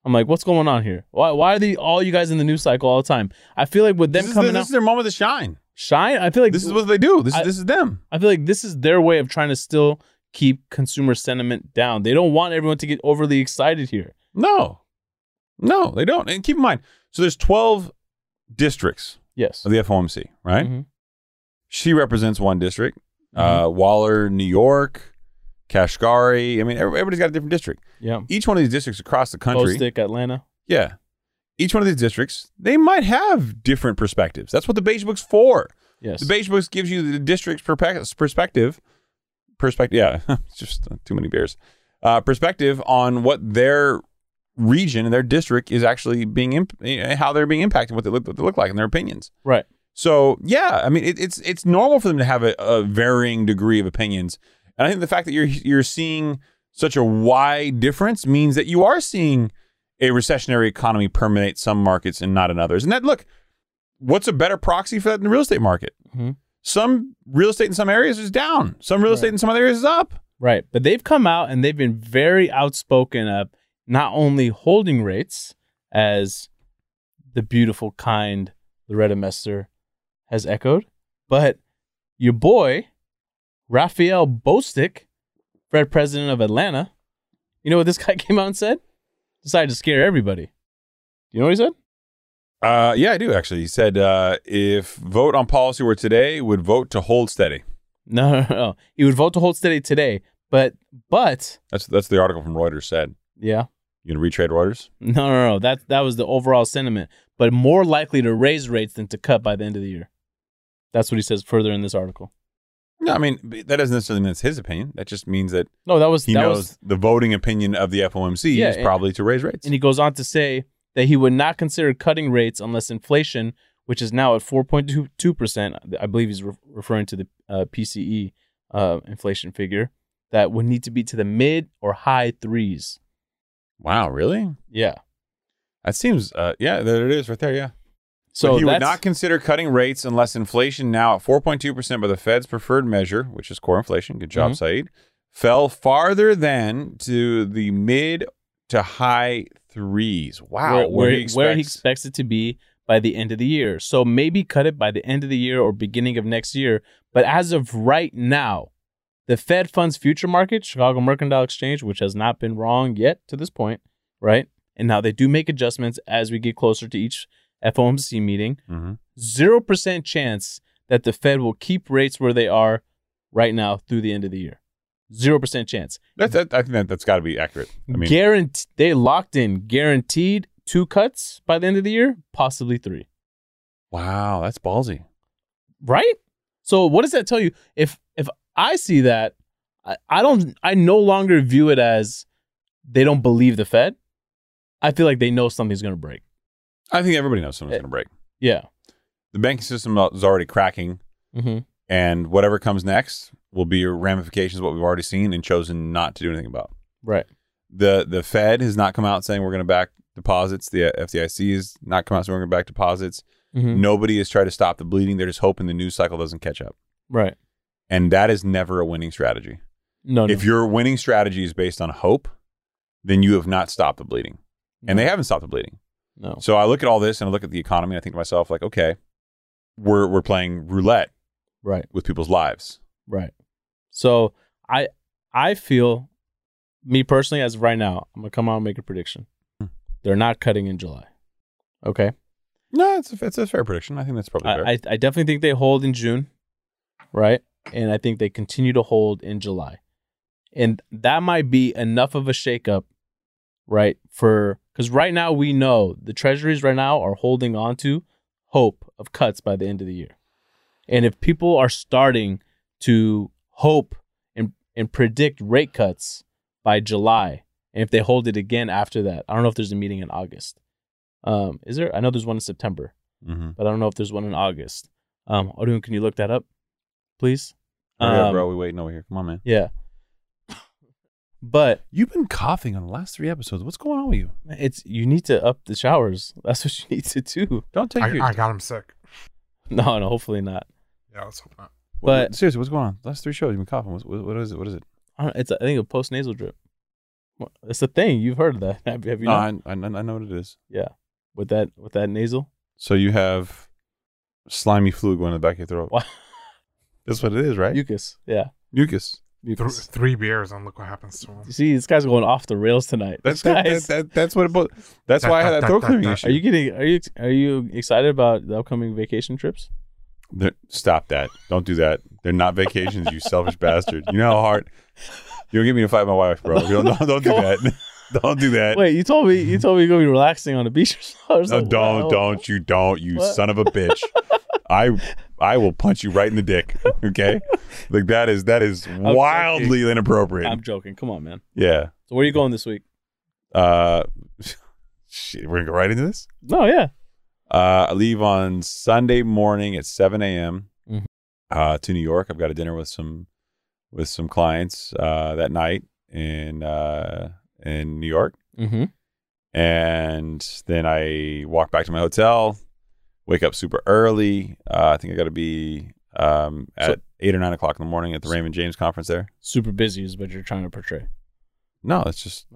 B: I'm like, what's going on here? Why why are they all you guys in the news cycle all the time? I feel like with them
A: this is,
B: coming
A: this
B: out,
A: is their moment to shine.
B: shine. I feel like
A: This is what they do. This
B: I-
A: this is them.
B: I feel like this is their way of trying to still keep consumer sentiment down. They don't want everyone to get overly excited here.
A: No, no, they don't. And keep in mind, so there's 12 districts
B: Yes.
A: of the FOMC, right?
B: Mhm.
A: She represents one district. Uh,
B: Mm-hmm.
A: Waller, New York, Kashgari. I mean, every- everybody's got a different district.
B: Yeah.
A: Each one of these districts across the country.
B: Post-it, Atlanta.
A: Yeah. Each one of these districts, they might have different perspectives. That's what the Beige Book's for.
B: Yes.
A: The Beige Books gives you the district's perpe- perspective, perspective. Yeah, it's just too many beers. Uh, perspective on what their region and their district is actually being, imp- eh, how they're being impacted, what they look, what they look like, and their opinions.
B: Right.
A: So yeah, I mean, it, it's it's normal for them to have a, a varying degree of opinions, and I think the fact that you're you're seeing such a wide difference means that you are seeing a recessionary economy permeate some markets and not in others. And that look, what's a better proxy for that than the real estate market?
B: Mhm.
A: Some real estate in some areas is down. Some real estate in some other areas is up.
B: Right. But they've come out and they've been very outspoken of not only holding rates as the beautiful, kind Loretta Mester has echoed, but your boy, Raphael Bostick, Fed President of Atlanta, you know what this guy came out and said? Decided to scare everybody. You know what he said?
A: Uh, yeah, I do actually. He said uh, if vote on policy were today, would vote to hold steady.
B: No, no, no. He would vote to hold steady today, but, but,
A: That's that's the article from Reuters said.
B: yeah.
A: You gonna retrade Reuters?
B: No, no, no. That that was the overall sentiment, but more likely to raise rates than to cut by the end of the year. That's what he says further in this article.
A: No, I mean b- that doesn't necessarily mean it's his opinion. That just means that
B: No, that was
A: he
B: that
A: knows
B: was,
A: the voting opinion of the FOMC
B: Yeah,
A: is
B: and-
A: probably to raise rates.
B: and he goes on to say that he would not consider cutting rates unless inflation, which is now at four point two percent, I believe he's re- referring to the uh, PCE uh, inflation figure, that would need to be to the mid or high threes.
A: wow, really?
B: Yeah.
A: That seems. Uh, yeah, there it is, right there. Yeah.
B: So
A: But he would
B: that's-
A: not consider cutting rates unless inflation, now at 4.2% by the Fed's preferred measure, which is core inflation, good job,
B: Mhm.
A: Said, fell farther than to the mid to high threes. Wow.
B: where, where,
A: he
B: he where he
A: expects-
B: expects it to be by the end of the year. So maybe cut it by the end of the year or beginning of next year, But as of right now, the Fed funds future market, Chicago Mercantile Exchange, which has not been wrong yet to this point, right? And now they do make adjustments as we get closer to each FOMC meeting.
A: Mhm.
B: 0% chance that the Fed will keep rates where they are right now through the end of the year. 0% chance.
A: That, that, I think that, that's got to be accurate.
B: Mm-hmm.
A: I mean,
B: Guarant- they locked in guaranteed two cuts by the end of the year, possibly three.
A: wow, that's ballsy.
B: right so what does that tell you if if i see that I, I don't i no longer view it as they don't believe the fed i feel like they know something's gonna break
A: I think everybody knows
B: Eh,
A: something's going to break.
B: yeah
A: The banking system is already cracking,
B: mm-hmm.
A: and whatever comes next will be ramifications of what we've already seen and chosen not to do anything about.
B: right
A: the the Fed has not come out saying we're going to back deposits. The uh, FDIC has not come out saying we're going to back deposits.
B: mm-hmm.
A: Nobody has tried to stop the bleeding. They're just hoping the news cycle doesn't catch up.
B: right
A: And that is never a winning strategy.
B: no no
A: If your winning strategy is based on hope, then you have not stopped the bleeding. And they haven't stopped the bleeding.
B: no
A: So I look at all this and I look at the economy and I think to myself like, okay, we're we're playing roulette
B: right
A: with people's lives.
B: right so i i feel me personally as of right now i'm gonna come out and make a prediction
A: Hmm.
B: they're not cutting in july okay
A: No, it's a, it's a fair prediction. I think that's probably fair.
B: I, I, I definitely think they hold in June, right? And I think they continue to hold in July. And that might be enough of a shakeup, right? For because right now we know the treasuries right now are holding on to hope of cuts by the end of the year. And if people are starting to hope and, and predict rate cuts by July, and if they hold it again after that, I don't know if there's a meeting in August. Um, is there? I know there's one in September
A: mm-hmm.
B: but I don't know if there's one in August. Um, Odin, can you look that up, please?
A: yeah,
B: Um,
A: bro, we waiting over here. Come on, man.
B: Yeah. But
A: You've been coughing on the last three episodes. What's going on with you?
B: it's you need to up the showers. That's what you need to do.
A: Don't take
C: I,
A: your.
C: I got him sick.
B: No, no, hopefully not.
C: Yeah, let's hope not.
A: what-
B: but-
A: seriously, what's going on? Last three shows, you've been coughing. What's, what, what is it? What is it?
B: I don't, it's I think a post nasal drip. What- It's a thing. You've heard of that? Have, have you?
A: No,
B: not?
A: I, I, I know what it is.
B: yeah. With that, with that nasal.
A: So you have slimy fluid going in the back of your throat.
B: What?
A: That's what it is, right?
B: Mucus. Yeah.
A: Mucus.
C: Th-
B: Mucus.
C: three beers and look what happens to him.
B: You see, this guy's going off the rails tonight.
A: That's
B: This
A: that, that,
B: guy's-
A: that, That's what it. bo- That's why I had that throat clearing issue.
B: Are you getting? Are you? Are you excited about the upcoming vacation trips?
A: They're- stop that! Don't do that. They're not vacations. You selfish bastard. You know how hard. You'll get me to fight my wife, bro. You don't, don't do
B: Come
A: that. Don't do that.
B: Wait, you told me you told me you're gonna be relaxing on the beach or something. I was
A: No,
B: like,
A: don't,
B: wow.
A: don't you, don't you,
B: What?
A: son of a bitch! I, I will punch you right in the dick. Okay, like that is that is wildly inappropriate.
B: I'm joking. Come on, man.
A: yeah.
B: So where are you going this week?
A: Uh, shit, we're gonna go right into this.
B: No, yeah.
A: Uh, I leave on Sunday morning at 7 a.m.
B: Mhm.
A: Uh, to New York. I've got a dinner with some with some clients uh, that night in uh, in New York.
B: Mm-hmm.
A: and then I walk back to my hotel, wake up super early. Uh, I think I got to be um, at
B: So-
A: eight or nine o'clock in the morning at the Raymond James conference there.
B: Super busy is what you're trying to portray.
A: No, it's just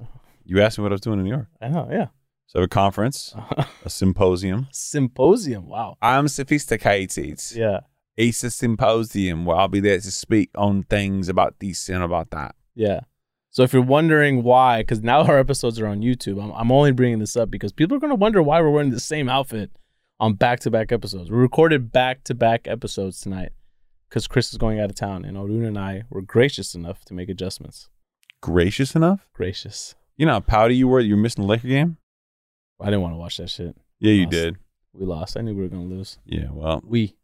A: you asked me what I was doing in New York.
B: I know, yeah.
A: So I have a conference, a symposium.
B: Symposium. Wow.
A: I'm sophisticated.
B: Yeah.
A: It's a symposium where I'll be there to speak on things about this and about that.
B: Yeah. So if you're wondering why, because now our episodes are on YouTube, I'm, I'm only bringing this up because people are going to wonder why we're wearing the same outfit on back-to-back episodes. We recorded back-to-back episodes tonight because Chris is going out of town, and Arun and I were gracious enough to make adjustments.
A: Gracious enough?
B: Gracious.
A: You know how pouty you were? that You were missing the Laker game?
B: I didn't want to watch that shit.
A: Yeah, you
B: Awesome.
A: did.
B: We lost. I knew we were going to lose.
A: Yeah, well,
B: We.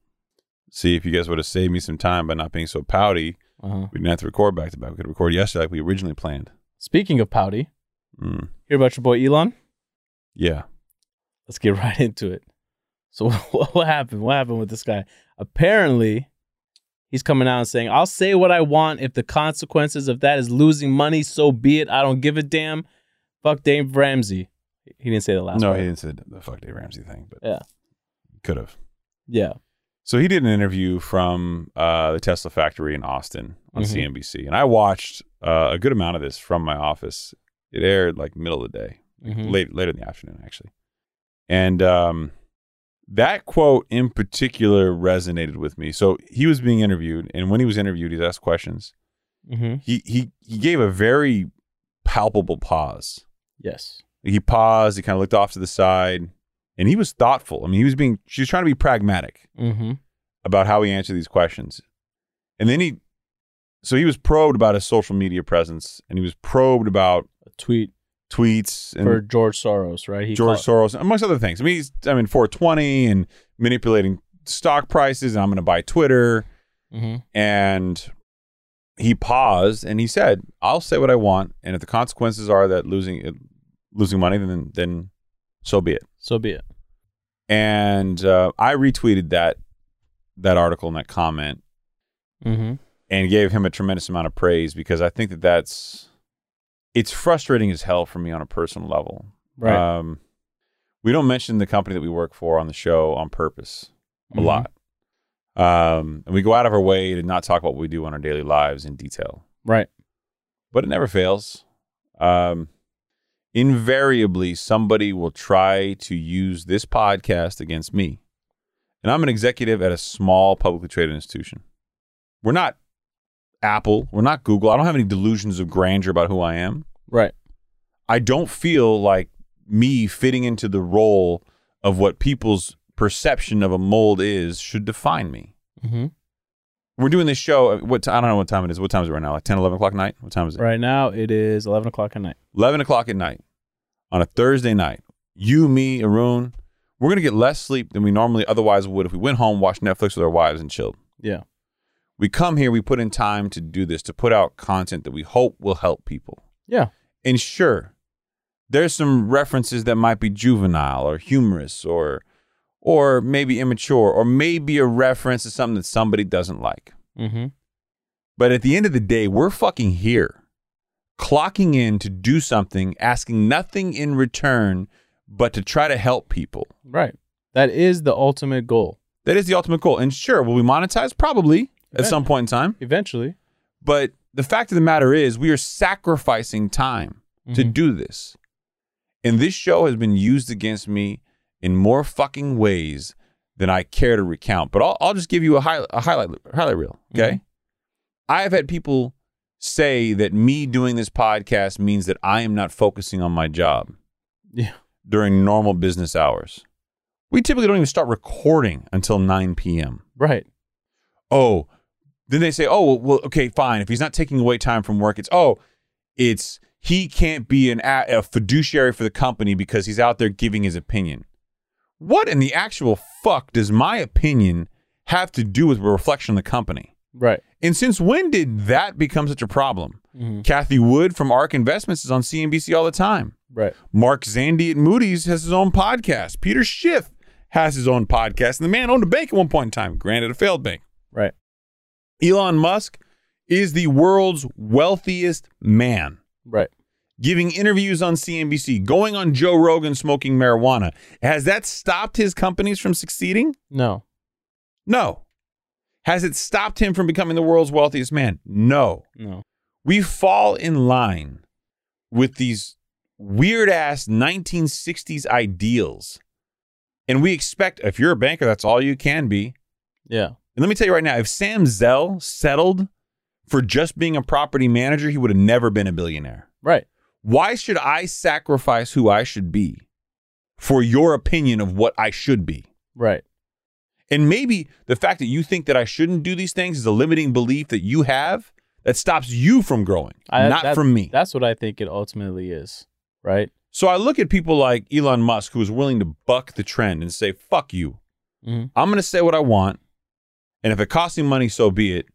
A: see if you guys would have saved me some time by not being so pouty.
B: Uh-huh.
A: We didn't have to record back to back. We could record yesterday like we originally planned.
B: Speaking of pouty,
A: Mm.
B: hear about your boy Elon?
A: Yeah.
B: Let's get right into it. So what what happened? What happened with this guy? Apparently, he's coming out and saying, "I'll say what I want if the consequences of that is losing money, so be it. I don't give a damn." Fuck Dave Ramsey. He didn't say the last.
A: no,
B: part.
A: he didn't say the fuck Dave Ramsey thing, but
B: Yeah.
A: could have.
B: Yeah.
A: So he did an interview from uh, the Tesla factory in Austin on
B: Mhm.
A: CNBC, and I watched uh, a good amount of this from my office. It aired like middle of the day,
B: Mhm.
A: late later in the afternoon actually, and um, that quote in particular resonated with me. So he was being interviewed, and when he was interviewed, he's asked questions.
B: Mm-hmm.
A: He he he gave a very palpable pause.
B: Yes.
A: He paused. He kind of looked off to the side, and he was thoughtful. I mean, he was being she was trying to be pragmatic
B: Mm-hmm.
A: about how he answered these questions, and then he. So he was probed about his social media presence, and he was probed about
B: A tweet
A: tweets and
B: for George Soros, right? He
A: George
B: called-
A: Soros, amongst other things. I mean, he's, I mean, 420 and manipulating stock prices, and I'm going to buy Twitter.
B: Mhm.
A: And he paused and he said, "I'll say what I want, and if the consequences are that losing uh, losing money, then then so be it."
B: So be it.
A: And uh, I retweeted that that article and that comment
B: Mm-hmm.
A: and gave him a tremendous amount of praise because I think that that's it's frustrating as hell for me on a personal level.
B: Right.
A: Um, we don't mention the company that we work for on the show on purpose a
B: Mhm.
A: lot. Um, and we go out of our way to not talk about what we do on our daily lives in detail,
B: Right.
A: but it never fails. Um, invariably, somebody will try to use this podcast against me. And I'm an executive at a small publicly traded institution. We're not Apple, we're not Google. I don't have any delusions of grandeur about who I am.
B: Right.
A: I don't feel like me fitting into the role of what people's perception of a mold is should define me.
B: Mm-hmm.
A: We're doing this show. at What t- I don't know what time it is. What time is it right now? Like 10, 11 o'clock at night? What time is it?
B: Right now it is eleven o'clock at night.
A: 11 o'clock at night on a Thursday night. You, me, Arun, we're going to get less sleep than we normally otherwise would if we went home, watched Netflix with our wives, and chilled.
B: Yeah.
A: We come here, we put in time to do this, to put out content that we hope will help people.
B: Yeah.
A: And sure, there's some references that might be juvenile or humorous or or maybe immature or maybe a reference to something that somebody doesn't like.
B: Mm-hmm.
A: But at the end of the day, we're fucking here, clocking in to do something, asking nothing in return but to try to help people.
B: Right. That is the ultimate goal.
A: That is the ultimate goal. And sure, will we monetize? Probably at some point in time.
B: Eventually.
A: But the fact of the matter is, we are sacrificing time to
B: Mhm.
A: do this. And this show has been used against me in more fucking ways than I care to recount. But I'll, I'll just give you a, high, a highlight highlight reel. Okay. I've had people say that me doing this podcast means that I am not focusing on my job
B: Yeah.
A: during normal business hours. We typically don't even start recording until 9 p.m
B: Right.
A: oh then they say oh well, well okay fine if he's not taking away time from work it's oh it's he can't be an a, a fiduciary for the company because he's out there giving his opinion what in the actual fuck does my opinion have to do with a reflection on the company
B: Right.
A: and since when did that become such a problem
B: Mm-hmm.
A: kathy wood from arc investments is on cnbc all the time
B: Right.
A: mark zandi at moody's has his own podcast peter schiff has his own podcast and the man owned a bank at one point in time granted a failed bank
B: Right.
A: Elon Musk is the world's wealthiest man,
B: Right.
A: giving interviews on CNBC, going on Joe Rogan smoking marijuana. Has that stopped his companies from succeeding?
B: No.
A: No. Has it stopped him from becoming the world's wealthiest man? No.
B: No.
A: We fall in line with these weird ass 1960s ideals. And we expect, if you're a banker, that's all you can be.
B: Yeah.
A: And let me tell you right now, if Sam Zell settled for just being a property manager, he would have never been a billionaire.
B: Right.
A: Why should I sacrifice who I should be for your opinion of what I should be?
B: Right.
A: And maybe the fact that you think that I shouldn't do these things is a limiting belief that you have that stops you from growing,
B: I,
A: not
B: that-
A: from me.
B: That's what I think it ultimately is. Right.
A: so I look at people like Elon Musk, who is willing to buck the trend and say, fuck you.
B: Mm-hmm.
A: I'm going to say what I want. And if it costs me money, so be it.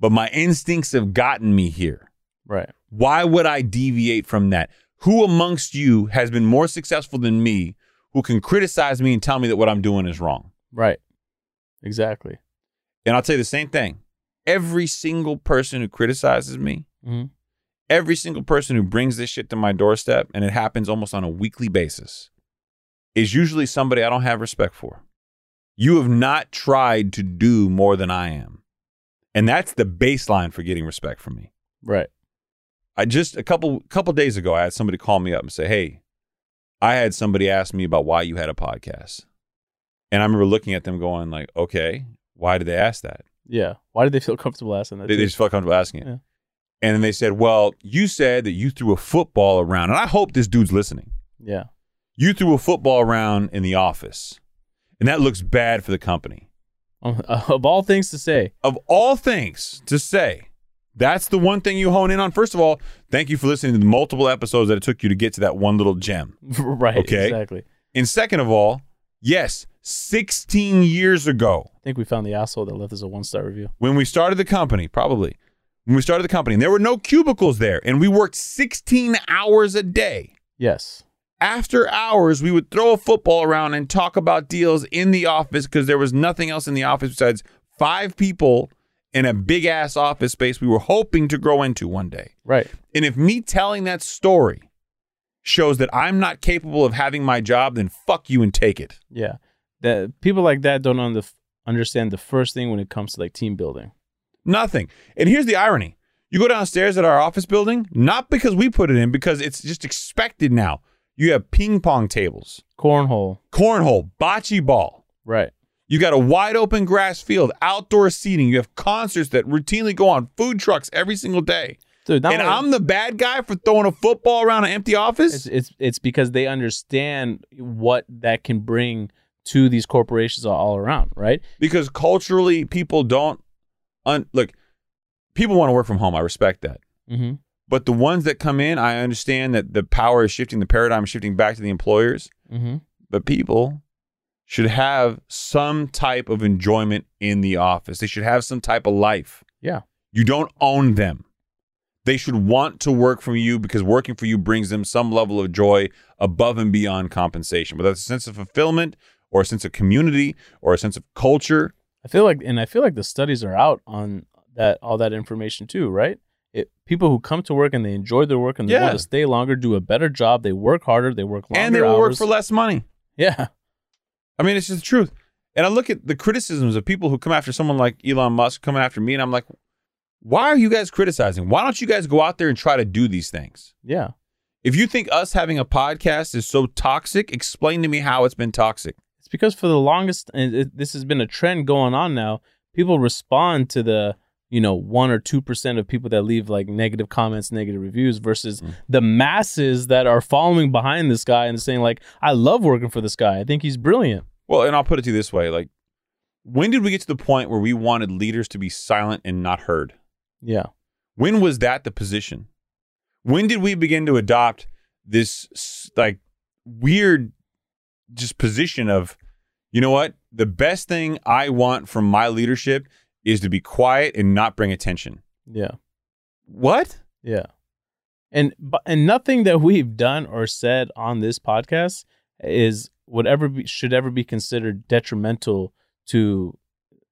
A: But my instincts have gotten me here.
B: Right.
A: Why would I deviate from that? Who amongst you has been more successful than me who can criticize me and tell me that what I'm doing is wrong?
B: Right. Exactly.
A: And I'll tell you the same thing. Every single person who criticizes me,
B: Mhm.
A: Mm-hmm. every single person who brings this shit to my doorstep, and it happens almost on a weekly basis, is usually somebody I don't have respect for. You have not tried to do more than I am. And that's the baseline for getting respect from me.
B: Right.
A: I just a couple couple days ago, I had somebody call me up and say, "Hey, I had somebody ask me about why you had a podcast, And I remember looking at them going like, okay, why did they ask that?
B: Yeah. Why did they feel comfortable asking that?
A: They, they
B: too?
A: just felt comfortable asking it.
B: Yeah.
A: And then they said, well, you said that you threw a football around. And I hope this dude's listening.
B: yeah.
A: You threw a football around in the office. And that looks bad for the company.
B: Um, of all things to say,
A: Of all things to say, that's the one thing you hone in on. First of all, thank you for listening to the multiple episodes that it took you to get to that one little gem.
B: right?
A: Okay.
B: Exactly.
A: And second of all, yes, 16 years ago
B: I think we found the asshole that left us a one star review.
A: when we started the company, probably when we started the company, and there were no cubicles there, and we worked 16 hours a day.
B: Yes.
A: After hours, we would throw a football around and talk about deals in the office because there was nothing else in the office besides five people in a big ass office space we were hoping to grow into one day.
B: Right.
A: And if me telling that story shows that I'm not capable of having my job, then fuck you and take it.
B: Yeah. That people like that don't under, understand the first thing when it comes to like team building.
A: Nothing. And here's the irony. You go downstairs at our office building, not because we put it in, because it's just expected now. You have ping pong tables,
B: Cornhole.
A: cornhole, bocce ball.
B: Right.
A: You got a wide open grass field, outdoor seating. You have concerts that routinely go on, food trucks every single day.
B: Dude, not
A: and
B: only-
A: I'm the bad guy for throwing a football around an empty
B: it's,
A: office?
B: it's it's because they understand what that can bring to these corporations all around, right?
A: Because culturally, people don't. Un- look, people want to work from home. I respect that.
B: Mm-hmm.
A: But the ones that come in, I understand that the power is shifting, the paradigm is shifting back to the employers.
B: Mm-hmm.
A: But people should have some type of enjoyment in the office. They should have some type of life.
B: Yeah.
A: You don't own them. They should want to work for you because working for you brings them some level of joy above and beyond compensation, whether it's a sense of fulfillment or a sense of community or a sense of culture.
B: I feel like, and I feel like the studies are out on that all that information too, right? It, people who come to work and they enjoy their work and they
A: Yeah.
B: want to stay longer, do a better job, they work harder, they work longer
A: and they will
B: hours.
A: work for less money.
B: yeah,
A: I mean, it's just the truth. And I look at the criticisms of people who come after someone like Elon Musk coming after me, and I'm like, why are you guys criticizing? Why don't you guys go out there and try to do these things?
B: yeah,
A: If you think us having a podcast is so toxic, explain to me how it's been toxic.
B: it's because for the longest, and it, this has been a trend going on now. People respond to the you know one or two percent of people that leave like negative comments, negative reviews, versus the masses that are following behind this guy and saying like, "I love working for this guy. I think he's brilliant."
A: Well, and I'll put it to you this way like, when did we get to the point where we wanted leaders to be silent and not heard?
B: Yeah,
A: When was that the position? When did we begin to adopt this s- like weird just position of you know what? The best thing I want from my leadership is to be quiet and not bring attention.
B: yeah.
A: What?
B: Yeah. And but and nothing that we've done or said on this podcast is would ever be should ever be considered detrimental to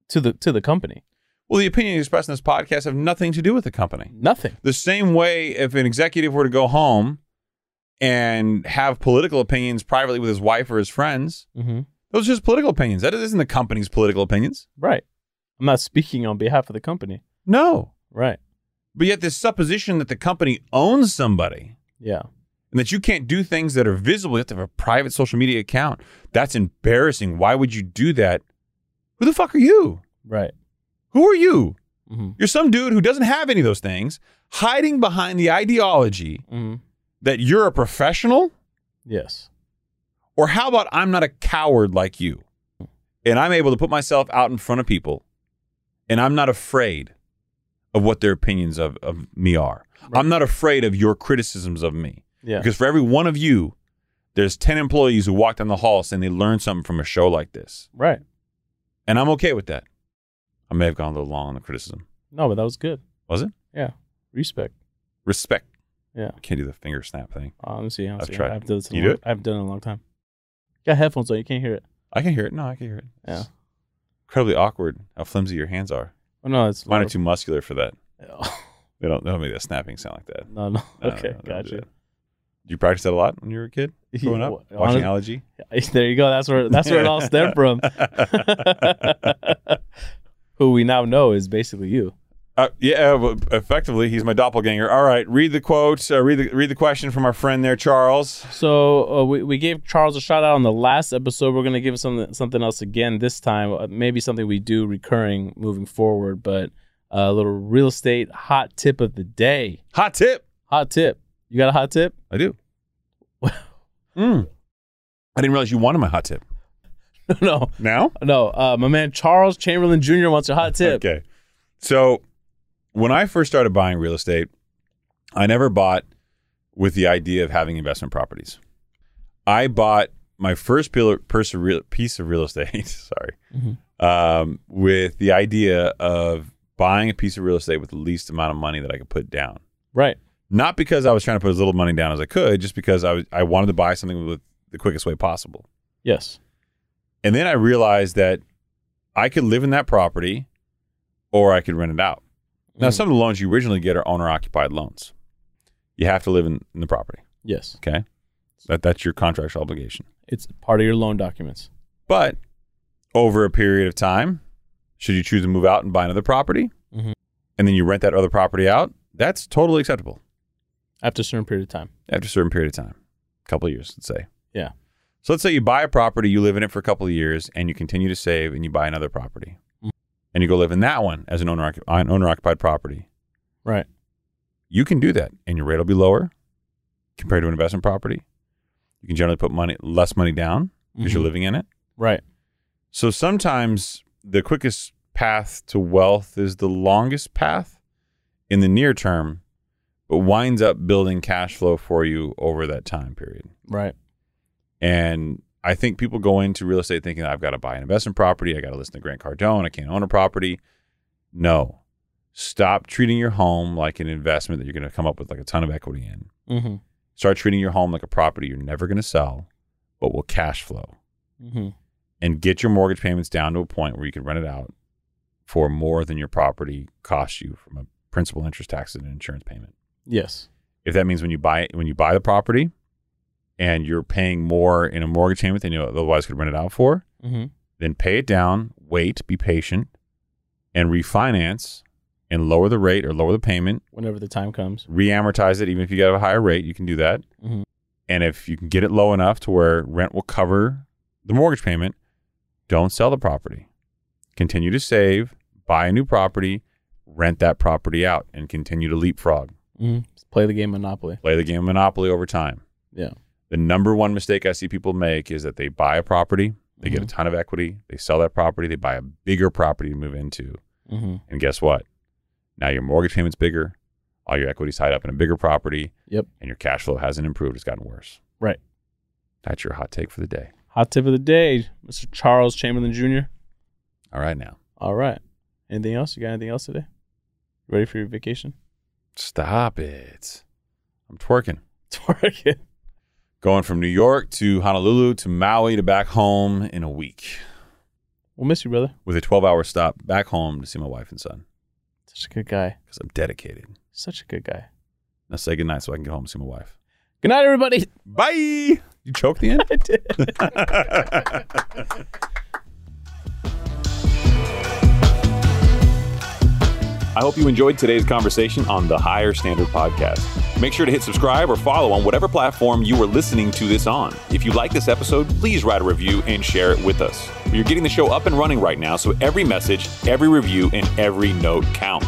B: to the to the company.
A: Well, the opinions expressed in this podcast have nothing to do with the company.
B: Nothing.
A: The same way if an executive were to go home and have political opinions privately with his wife or his friends,
B: Mm-hmm.
A: those are just political opinions. That isn't the company's political opinions.
B: Right. I'm not speaking on behalf of the company.
A: No.
B: Right.
A: But yet, this supposition that the company owns somebody
B: Yeah.
A: and that you can't do things that are visible, you have to have a private social media account. That's embarrassing. Why would you do that? Who the fuck are you?
B: Right.
A: Who are you?
B: Mm-hmm.
A: You're some dude who doesn't have any of those things, hiding behind the ideology
B: Mm-hmm.
A: that you're a professional,
B: Yes.
A: or how about I'm not a coward like you? And I'm able to put myself out in front of people and I'm not afraid of what their opinions of, of me are.
B: Right.
A: I'm not afraid of your criticisms of me.
B: Yeah.
A: Because for every one of you, there's 10 employees who walk down the hall saying they learned something from a show like this.
B: right.
A: And I'm okay with that. I may have gone a little long on the criticism.
B: No, but that was good.
A: Was it?
B: Yeah. Respect.
A: Respect.
B: Yeah.
A: I can't do the finger snap thing.
B: Uh, let me see. I've,
A: I've tried.
B: I've done this. in a
A: You
B: long-
A: do it?
B: I've done it in a long time. Got headphones on. You can't hear it.
A: I can hear it. No, I can hear it.
B: Yeah.
A: It's incredibly awkward how flimsy your hands are.
B: Oh no, it's
A: Mine are too muscular for that.
B: Oh,
A: They don't, they don't make that snapping sound like that.
B: no, no.
A: No, no,
B: Okay,
A: no, don't do
B: gotcha.
A: that. Did you practice that a lot when you were a kid growing up?
B: Yeah,
A: Watching
B: honest-
A: Allergy?
B: there you go. That's where that's where it all stemmed from. Who we now know is basically you.
A: Uh, yeah, uh, effectively, he's my doppelganger. All right, read the quote. Uh, read the read the question from our friend there, Charles.
B: So uh, we, we gave Charles a shout out on the last episode. We're gonna give him something something else again this time. Uh, Maybe something we do recurring moving forward. But uh, a little real estate hot tip of the day.
A: Hot tip.
B: Hot tip. You got a hot tip?
A: I do. Mm. I didn't realize you wanted my hot tip.
B: no,
A: Now?
B: no. Uh, my man Charles Chamberlain Jr. wants a hot tip.
A: Okay. So when I first started buying real estate, I never bought with the idea of having investment properties. I bought my first pil- pers- real- piece of real estate, sorry,
B: Mhm.
A: um, with the idea of buying a piece of real estate with the least amount of money that I could put down.
B: Right.
A: Not because I was trying to put as little money down as I could, just because I, was, I wanted to buy something with the quickest way possible.
B: Yes.
A: And then I realized that I could live in that property or I could rent it out. Now,
B: Mm.
A: some of the loans you originally get are owner occupied loans. You have to live in, in the property.
B: Yes.
A: Okay. That, that's your contractual obligation.
B: It's part of your loan documents.
A: But over a period of time, should you choose to move out and buy another property
B: Mhm.
A: and then you rent that other property out, that's totally acceptable
B: After a certain period of time.
A: after a certain period of time, a couple of years, let's say.
B: Yeah.
A: So let's say you buy a property, you live in it for a couple of years, and you continue to save, and you buy another property,
B: Mm.
A: and you go live in that one as an owner uh, an owner occupied property.
B: Right.
A: You can do that, and your rate will be lower compared to an investment property. You can generally put money less money down because you're
B: Mhm.
A: living in it.
B: Right.
A: So sometimes the quickest path to wealth is the longest path in the near term, but winds up building cash flow for you over that time period.
B: Right.
A: And I think people go into real estate thinking I've got to buy an investment property, I got to listen to Grant Cardone, I can't own a property. No. Stop treating your home like an investment that you're going to come up with like a ton of equity in.
B: Mm-hmm.
A: Start treating your home like a property you're never going to sell, but will cash flow
B: Mm-hmm.
A: and get your mortgage payments down to a point where you can rent it out for more than your property costs you from a principal interest taxes and insurance payment
B: Yes.
A: if that means when you buy when you buy the property and you're paying more in a mortgage payment than you otherwise could rent it out for,
B: Mm-hmm.
A: then pay it down, wait, be patient, and refinance and lower the rate or lower the payment,
B: Whenever the time comes.
A: reamortize it. Even if you got a higher rate, you can do that.
B: Mhm.
A: And if you can get it low enough to where rent will cover the mortgage payment, don't sell the property. Continue to save, buy a new property, rent that property out, and continue to leapfrog.
B: Mm-hmm. Play the game Monopoly.
A: Play the game of Monopoly over time.
B: Yeah.
A: the number one mistake I see people make is that they buy a property, they get a ton of equity, they sell that property, they buy a bigger property to move into.
B: Mm-hmm.
A: And guess what? Now your mortgage payment's bigger, all your equity's tied up in a bigger property,
B: Yep.
A: and your cash flow hasn't improved, it's gotten worse.
B: Right.
A: That's your hot take for the day.
B: Hot tip of the day, Mr. Charles Chamberlain Jr.
A: All right now.
B: All right. Anything else? You got anything else today? Ready for your vacation?
A: Stop it. I'm twerking.
B: Twerk it.
A: Going from New York to Honolulu to Maui to back home in a week
B: We'll miss you, brother.
A: with a 12 hour stop back home to see my wife and son
B: Such a good guy.
A: because I'm dedicated.
B: Such a good guy.
A: Now say goodnight so I can get home and see my wife.
B: Good night, everybody.
A: Bye. You choked the end?
B: I did.
D: I hope you enjoyed today's conversation on the Higher Standard Podcast. Make sure to hit subscribe or follow on whatever platform you are listening to this on. If you like this episode, please write a review and share it with us. You're getting the show up and running right now, so every message, every review, and every note counts.